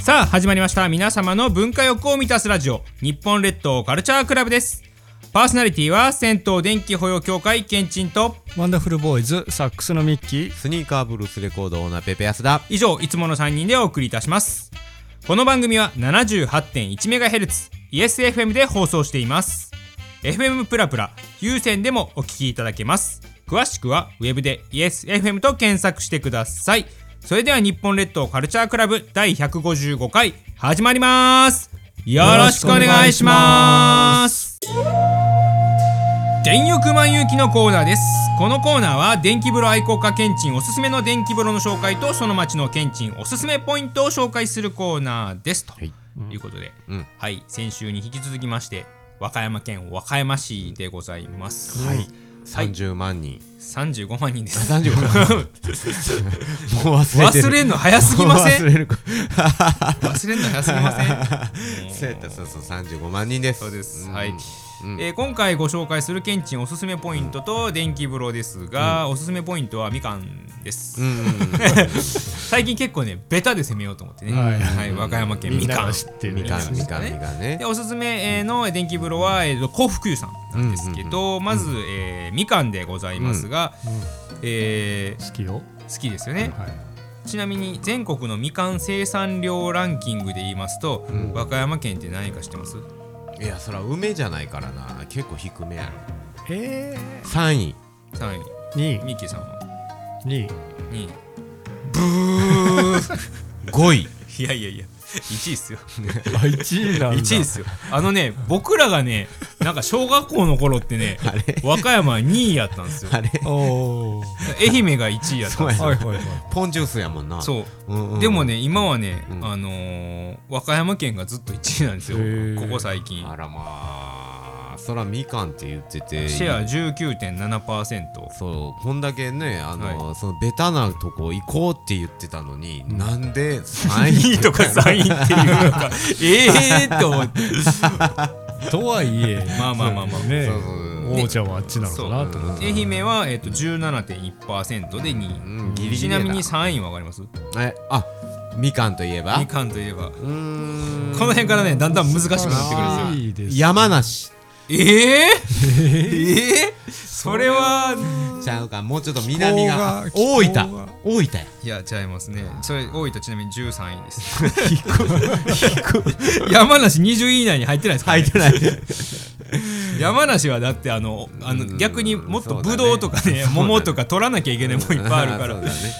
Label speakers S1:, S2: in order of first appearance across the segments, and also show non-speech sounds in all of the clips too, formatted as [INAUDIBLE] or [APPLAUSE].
S1: さあ始まりました皆様の文化欲を満たすラジオ日本列島カルチャークラブですパーソナリティは銭湯電気保養協会けんちんと
S2: ワンダフルボーイズサックスのミッキー
S3: スニーカーブルースレコードオーナーペペヤスだ
S1: 以上いつもの3人でお送りいたしますこの番組は 78.1MHz イエス FM で放送しています FM プラプラ有線でもお聞きいただけます詳しくはウェブでイエス FM と検索してくださいそれでは日本列島カルチャークラブ第155回始まりますよろしくお願いします電浴満遊記のコーナーですこのコーナーは電気風呂愛好家ケンチンおすすめの電気風呂の紹介とその町のケンチンおすすめポイントを紹介するコーナーですと
S3: い
S1: いうことで、
S3: うん
S1: はい先週に引き続きまして和歌山県和歌山市でございます、
S3: はい30万人
S1: 35万人です
S3: 35万
S1: [LAUGHS]
S3: もう忘れてる
S1: 忘れんの早すぎません
S3: もう忘れる
S1: 忘れんの早すぎません
S3: そうやったそうそう35万人です
S1: そうです、
S3: ん
S1: はい、
S3: うん
S1: えー今回ご紹介するけんちんおすすめポイントと電気風呂ですが、おすすめポイントはみかんです、
S3: うんうんうん
S1: 最近結構ねベタで攻めようと思ってね、は
S2: はいい
S1: 和歌山県
S2: み
S1: み
S2: んな
S1: かん
S2: が知ってる
S3: みかんみかんみ
S1: ね
S3: かんね
S1: でおすすめえーの電気風呂は、えーと、幸福湯さんなんですけど、まず、えーみかんでございますが、えー
S2: 好きよ
S1: 好きですよね、
S2: はい
S1: ちなみに全国のみかん生産量ランキングで言いますと、和歌山県って何位か知ってます
S3: いやそら梅じゃないからな結構低めやろ
S2: え
S3: 3位
S1: [LAUGHS] ?3
S2: ーに
S1: 位ミッキーさんは
S2: に
S1: 2位
S3: 5位
S1: いやいやいや1位っすよ
S2: あ一位なんだ
S1: 1位ですよあのね僕らがねなんか小学校の頃って
S3: [LAUGHS]
S1: ね和歌山は2位やったんですよ
S3: あれ
S2: おお
S1: 愛媛が1位やったんですよ
S2: はいはいはい
S3: ポンジュースやもんな
S1: そう
S3: う、んうん、
S1: でもね今はね、
S3: うん
S1: あのー和歌山県がずっと1位なんですよ
S2: へー
S1: ここ最近
S3: あらまあそらみかんって言ってて
S1: シェア19.7%
S3: そうこんだけねあの、そのベタなとこ行こうって言ってたのに、なんで3
S1: 2位
S3: 位
S1: とか3位っていうのがええーって思って
S3: [LAUGHS]
S2: とはいえ
S1: まあまあまあまあ
S2: ね
S3: そうそう
S2: 王ちゃんはあっちなのかなと思って
S1: 愛媛は、えっと17.1%で2位、
S3: うんギリギ
S1: ち
S3: リ
S1: な
S3: だ
S1: みに3位は分かります
S3: えあみかんといえば
S1: みかんといえばこ
S3: うーん
S1: の辺からねだんだん難しくなってくるんですよ
S3: あー
S2: いいです
S3: 山梨
S1: ええー、ええそれは
S3: ちゃうかもうちょっと南が
S2: 気候
S3: 大
S2: が
S3: 分
S2: 気候が
S3: 大分や
S1: いや違いますねそれ大分ちなみに13位です山梨20位以内に入ってないですか、
S3: 入
S1: ね
S3: っ、てない
S1: 山梨はだってあのあの
S3: うん
S1: 逆にもっと
S3: そうだ
S1: ブ
S3: ね
S1: ドウとかね
S3: そうだね
S1: 桃とか取らなきゃいけないもんいっぱいあるから
S3: そう
S1: い
S3: だね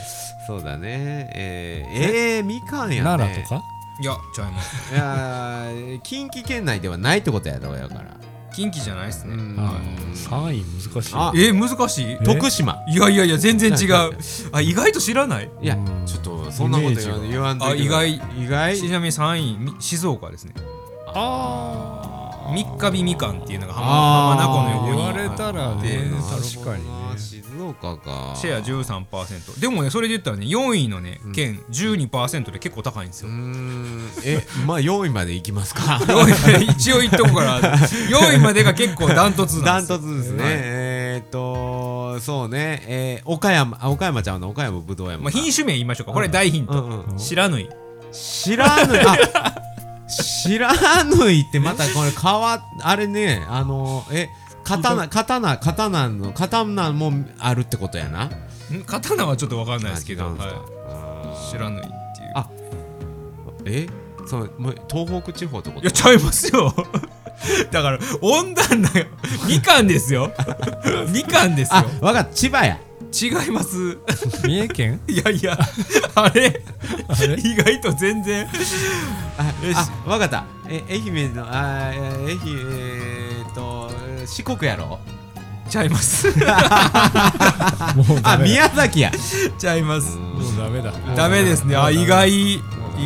S3: そうだねえー、えー、みかんやね
S2: 奈良とか
S1: や違います
S3: いやー近畿圏内ではないってことやろうやから
S1: 近畿じゃないですね、
S3: うん
S2: あー三位難しい
S3: あ
S1: えー、難しい
S2: え
S3: 徳島
S1: いやいやいや全然違
S3: [LAUGHS]
S1: うあ意外と知らない
S3: いや
S2: うん
S3: ちょっとそんなこと言わん言わんといて
S1: イメージがあ意
S3: 意外
S1: ちなみに3位み静岡ですね
S2: あ
S1: 三日日みかんっていうのが浜
S3: あー
S1: 浜名湖の
S2: 言
S1: 横に
S2: われたらね
S1: で
S2: 確かにね
S3: 静岡か
S1: シェア13%でもねそれで言ったらね4位のね県12%で結構高いんです
S3: う
S1: よ、
S3: ーんえ [LAUGHS] まあ4位までいきま
S2: [LAUGHS]
S3: すか
S1: 4位一応言っとこうから4位ま
S3: [LAUGHS]
S1: でが結構ダントツな
S3: ダ
S1: んで
S3: ン
S1: すよ
S3: トツですね、
S1: はい
S3: えーっとそうね、えー、岡山あ岡山ちゃうの岡山ぶどうやもん
S1: まあ、
S3: な
S1: 品種名言いましょうかこれ大ヒン
S3: う
S1: ト、
S3: んうん、
S1: 知らぬい
S3: 知らぬいあ知らぬいってまたこれ変わあれねあのえ刀刀刀の刀もあるってことやなん
S1: 刀はちょっと分かんないですけど、
S3: あ
S1: は
S3: 違うんすか
S1: い、
S3: あー
S1: 知らぬいっていう
S3: あえそのもう東北地方ってこ
S1: い
S3: と
S1: やちゃいますよ [LAUGHS] だから温暖なみかんですよみかんです
S3: あ
S1: よ
S3: わかった千葉や
S1: 違います
S2: 三重県
S1: いやいやあれ
S2: あれ
S1: 意外と全然
S3: あ
S1: よし
S3: あわかったえ愛媛のあーえ愛媛えーっとえー四国やろ
S1: ちゃいます
S2: もうダ
S3: あ
S2: メだ
S3: 宮崎や
S1: ちゃいます
S2: もうダメだ
S1: ダメですね。あ、
S2: うん
S1: 意外、意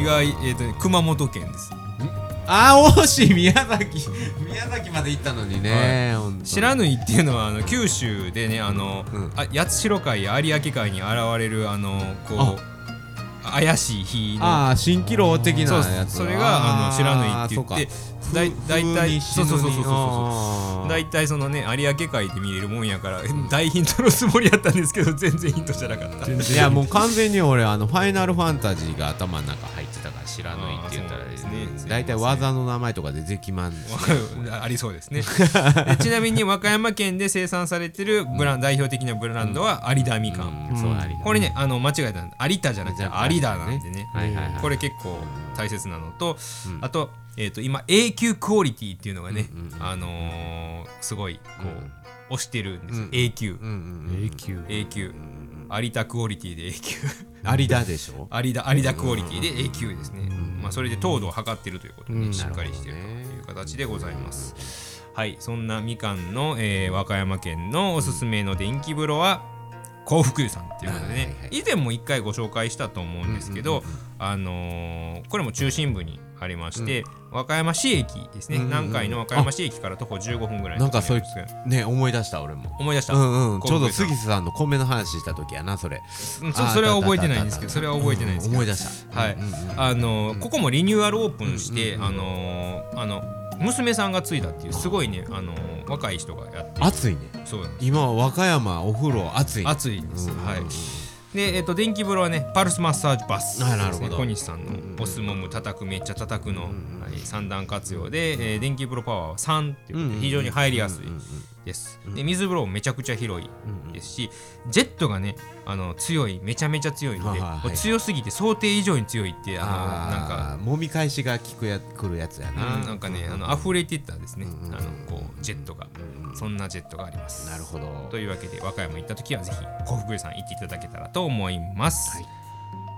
S1: 外、えっ、とね、熊本県です。
S3: あー惜しい宮崎宮崎まで行ったのにね、ほんとに
S1: 知らぬいっていうのは、あの九州でね、あの、
S3: うん
S1: あ八代海や有明海に現れる、あの、こう。怪しい日の。
S3: ああ蜃気楼的な
S1: そう
S3: やつ
S1: それが、あの、知らぬいって
S3: そ
S1: 言
S3: うか
S1: って、だい、だいたい。そうそうそうそうそうそう。大体そのね有明海で見れるもんやから大ヒントのつもりやったんですけど全然ヒントじゃなかった
S3: いやもう完全に俺あのファイナルファンタジーが頭の中入ってたから知らないって言った
S1: あ
S3: ら
S1: ーそうなんですね
S3: 大体技の名前とかでできまんし
S1: [LAUGHS] ありそうですねでちなみに和歌山県で生産されてるブラン代表的なブランドは有田みかん、
S3: うんそうありだ
S1: これねあの間違えたんで有田じゃなくて有田なんでね、
S3: はいはいはい
S1: これ結構大切なのと、あと,、えー、と今 A 級クオリティっていうのがね、あのーすごいこう、推してるんです、
S3: うん
S1: A 級、
S3: うんうん
S2: 永久
S1: A 級、有田クオリティで A 級
S3: うん有田でしょ
S1: 有田有田クオリティで A 級ですね、まあ、それで糖度を測ってるということで、しっかりしてるという形でございます、はいそんなみかんの、えー和歌山県のおすすめの電気風呂は幸福湯さんっていうことでね、
S3: はいはいはい
S1: 以前も一回ご紹介したと思うんですけど、あのーこれも中心部にありまして、和歌山市駅ですね、
S3: うんうんうん
S1: 南海の和歌山市駅から徒歩15分ぐらい
S3: な
S1: の
S3: んか
S1: とこ
S3: そ
S1: ろ
S3: うい
S1: ですけど
S3: うね思い出した俺も
S1: 思い出した、
S3: うんうんちょう
S1: 幸福
S3: ど
S1: 湯さん
S3: 杉瀬さんの米の話した時やなそれ
S1: うんそそれは覚えてないんですけどそれは覚えてないんですけど
S3: 思い出した
S1: はいあのここもリニューアルオープンしてあのあの娘さんが継いだっていうすごいねあの若い人がやって
S3: 暑いね
S1: そうなんです
S3: 今は和歌山お風呂暑いね
S1: 熱いです
S3: うん
S1: はいでえっと電気風呂はねパルスマッサージバス
S3: あなるほど
S1: ですね小西さんのボスもむ叩くめっちゃ叩くのはい三段活用でえー電気風呂パワーは3っていうことで非常に入りやすいですで水風呂もめちゃくちゃ広いですしジェットがねあの強いめちゃめちゃ強いんで
S3: はいはいはい
S1: もう強すぎて想定以上に強いってあのなんか
S3: あー揉み返しが効くやくるやつや
S1: うんな
S3: なん
S1: かねあの溢れてったですね、あのこうジェットが、そんなジェットがあります
S3: なるほど
S1: というわけで和歌山行った時はぜひ幸福湯さん行っていただけたらと思います、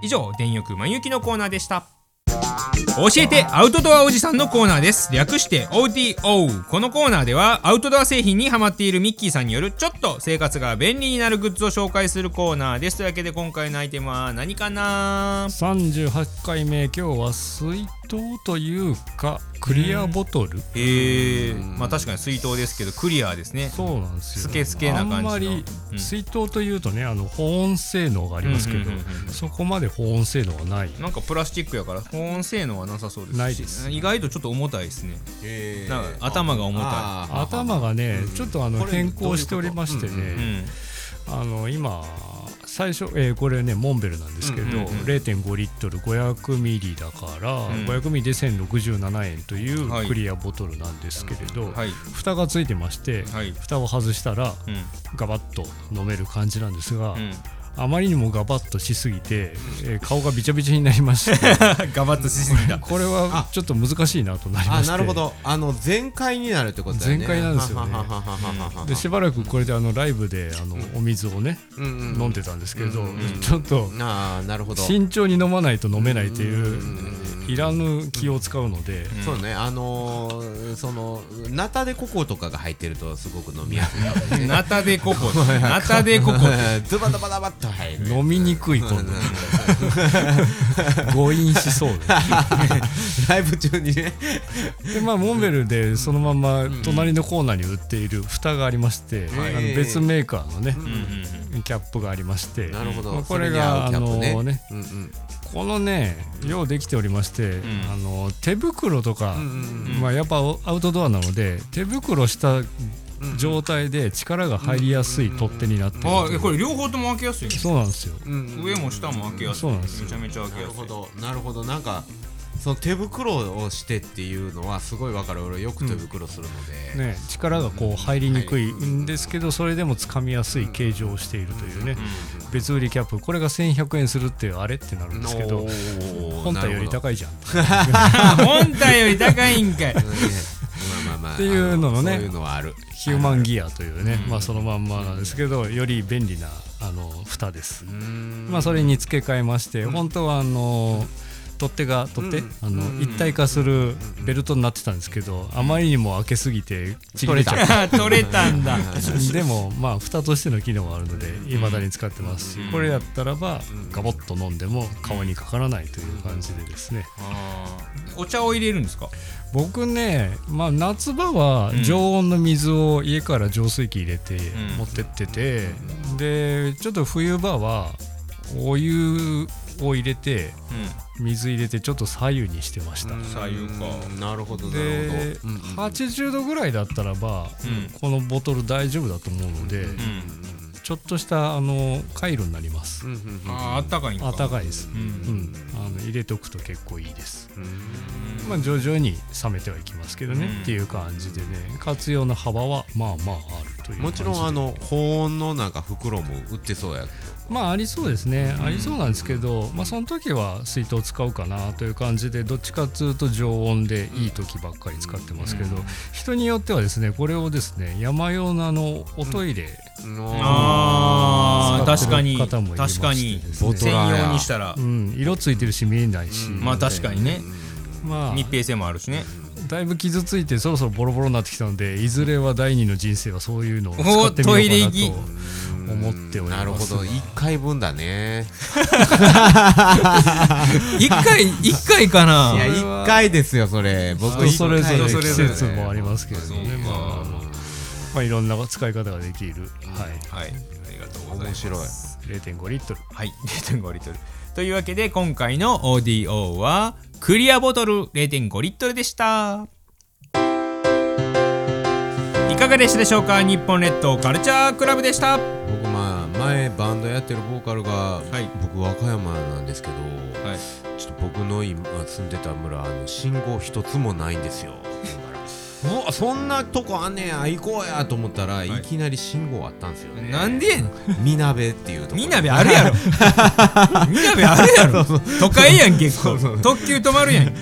S1: 以上電浴満雪のコーナーでした教えてアウトドアおじさんのコーナーです略して OTO このコーナーではアウトドア製品にハマっているミッキーさんによるちょっと生活が便利になるグッズを紹介するコーナーですというわけで今回のアイテムは何かな
S2: 38回目今日は水筒というかクリアボトル
S1: えー、まあ確かに水筒ですけどクリアですね
S2: そうなんですよ
S1: スケスケな感じの
S2: あんまり
S1: うん
S2: 水筒というとねあの保温性能がありますけ
S1: うん
S2: ど
S1: うんうんうん
S2: そこまで保温性能はない
S1: なんかプラスチックやから保温性能はなさそうですし
S2: ないです
S1: 意外とちょっと重たいですね
S3: へー
S1: なんか頭が重た
S3: あー
S2: 頭がねちょっとあの
S3: これ
S2: 変更しておりまして
S3: どういう
S1: い、う
S2: ね
S1: ん、
S2: あの今最初、えーこれねモンベルなんですけど、
S1: うんうんうん
S2: 0.5リットル500ミリだから、
S1: うん
S2: 500ミリで1067円という
S1: はい
S2: クリアボトルなんですけれど、
S1: はい
S2: 蓋がついてまして、
S1: はい
S2: 蓋を外したら
S1: うん
S2: ガバッと飲める感じなんですが、
S1: うん
S2: あまりにもガバッとしすぎて、えー顔がびちゃびちゃになりまして
S3: [LAUGHS]
S1: ガバッとしすぎた
S2: これはちょっと難しいなとなりま
S3: あ
S2: して
S3: なるほどあの全開になるってことだよね
S2: 全開なんですよね
S3: はははははは
S2: でしばらくこれであのライブであのお水をね、
S3: うんうん
S2: 飲んでたんですけれど、
S3: うんうん
S2: ちょっと
S3: ああなるほどそう
S2: 慎重に飲まないと飲めないという
S3: うん
S2: いらぬ気を使うので、
S3: ねあのーそのナタデココとかが入ってるとすごく飲みや
S2: [LAUGHS]
S3: す
S1: [LAUGHS]
S3: い
S1: ナタデココナタデココ
S3: ズバダバダバッと入る
S2: 飲みにくい今
S3: [LAUGHS]
S2: 度誤飲しそう
S3: ライブ中
S2: [LAUGHS]
S3: にね
S2: ででまあモンベルでそのまま隣のコーナーに売っている蓋がありまして、
S3: はい
S2: あの別メーカーのね、
S1: うんうん
S2: キャップがありまして
S3: なる
S2: ま
S3: ほど
S2: あこれがあ
S3: そに合
S2: の
S3: うキャップ
S2: ね
S3: うんうん
S2: このねようできておりまして、あの手袋とか、
S3: うん
S2: まあ、やっぱアウトドアなので手袋した
S3: うん
S2: 状態で力が入りやすい取っ手になってる
S1: うんあえこれ両方とも開けやすいね
S2: そうなんですよ
S3: うん
S1: 上も下も開けやす
S2: そうなんです
S1: いめ
S2: よ
S1: ちゃめちゃ開
S3: な
S1: け
S3: る
S1: やすい
S3: ほどなるほどなんかその手袋をしてっていうのはすごいわかる俺よく手袋するので、
S2: ね、力がこう入りにくいんですけどそれでも掴みやすい形状をしているというね別売りキャップこれが1100円するっていうあれってなるんですけど
S3: おー
S2: 本体より
S3: なるほど
S2: 高いじゃん
S1: あ [LAUGHS] 本体より高いんかい [LAUGHS]
S3: まあまあま
S2: [LAUGHS]
S3: あ
S2: っていうののね
S3: あそういうのはある
S2: ヒューマンギアというね、まあ、そのまんまなんですけどより便利なあの蓋です、まあ、それに付け替えまして本当はあの取っ手が取っ手、あの一体化するベルトになってたんですけどあまりにも開けすぎてちぎれちゃっ
S1: あ取れたんだ
S2: でもまあ蓋としての機能はあるのでいまだに使ってますしこれやったらばガボッと飲んでも顔にかからないという感じでですね
S1: あーお茶を入れるんですか
S2: 僕ね、まあ、夏場は常温の水を家から浄水器入れて
S1: ん
S2: 持ってっててでちょっと冬場はお湯を入れて
S1: う
S2: 水入れてちょっと左右にしてました、
S1: 左右か
S3: うんなるほどなるほど
S2: で、
S3: うんうん
S2: 80度ぐらいだったらば、
S1: うん
S2: このボトル大丈夫だと思うので、
S1: んうん
S2: ちょっとしたあの回路になります、
S3: うんうんう
S1: あ
S3: ん
S1: ーあったかいんか
S2: あったかいです、
S1: う
S2: うんん、あの入れておくと結構いいです、
S3: うん
S2: まあ、徐々に冷めてはいきますけどね、
S1: うん
S2: っていう感じでね活用の幅はまあまああるという
S3: もちろんあ
S2: 感じで
S3: の保温のなんか袋も売ってそうや
S2: まあありそうですね、ありそうなんですけど、まあ、その時は水筒使うかなという感じでどっちかっていうと常温でいい時ばっかり使ってますけど、人によってはですねこれをですね山用のあのおトイレ、
S1: あー確
S2: 使って
S1: か
S2: る
S1: に
S2: 方もいまし
S1: 確か
S2: て
S1: に
S2: ですね
S3: ボト
S1: 専
S3: ラーや
S1: 用にしたら
S2: うん、色ついてるし見えないし、
S1: まあ確かにね
S2: まあ
S1: 密閉性もあるしね
S2: だいぶ傷ついてそろそろボロボロになってきたのでいずれは第二の人生はそういうのを使ってみようかなと
S1: おートイレ行き
S2: 思っておりますが
S3: なるほど一回分だね
S1: 一回一回かない
S3: や一回ですよそれ僕
S2: 人それぞれ
S3: 一
S2: 季
S3: 回です
S2: 節もありますけれどもね
S1: そうか
S2: まああのまあいろんな使い方ができる、はい、
S1: はいありがとうござい
S3: 面
S1: ます
S3: 白い
S2: 0.5リットル
S1: はい0.5リットルというわけで今回の ODO はクリアボトル0.5リットルでしたいかがでしたでしょうか日本列島カルチャークラブでしたは
S3: 僕まあ前バンドやってるボーカルが
S1: い
S3: 僕和歌山なんですけど
S1: はい
S3: ちょっと僕の今住んでた村あの信号一つもないんですよだからうわそんなとこあんねや行こうやと思ったらいきなり信号あったんですよね
S1: なんでやねん
S3: みなべっていうとこ
S1: みなべある [LAUGHS] やろみなべあるやろ都会やん結構特急止まるやん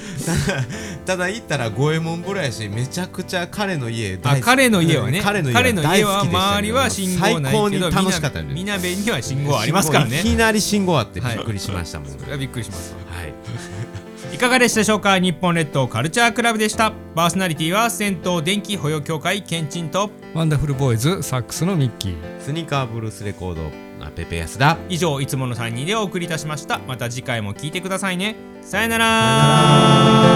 S3: ただ行ったら五右衛門風呂やしめちゃくちゃ彼の家大
S1: あ
S3: 好き
S1: 彼の家はね
S3: 彼の家大好
S1: は
S3: きでしたね
S1: 周りは信号ないけど
S3: 最高に楽しかったよね
S1: みなべには信号ありますから
S3: 信号い
S1: ね
S3: きなり信号あってび
S1: はい
S3: っくりしましたもん、はい
S1: それはびっくりします
S3: はい
S1: いかがでしたでしょうか日本列島カルチャークラブでしたパーソナリティは銭湯電気保養協会ケンチンと
S2: ワンダフルボーイズサックスのミッキー
S3: スニーカーブルースレコードあペペヤスだ
S1: 以上いつもの3人でお送りいたしましたまた次回も聞いてくださいねさよなら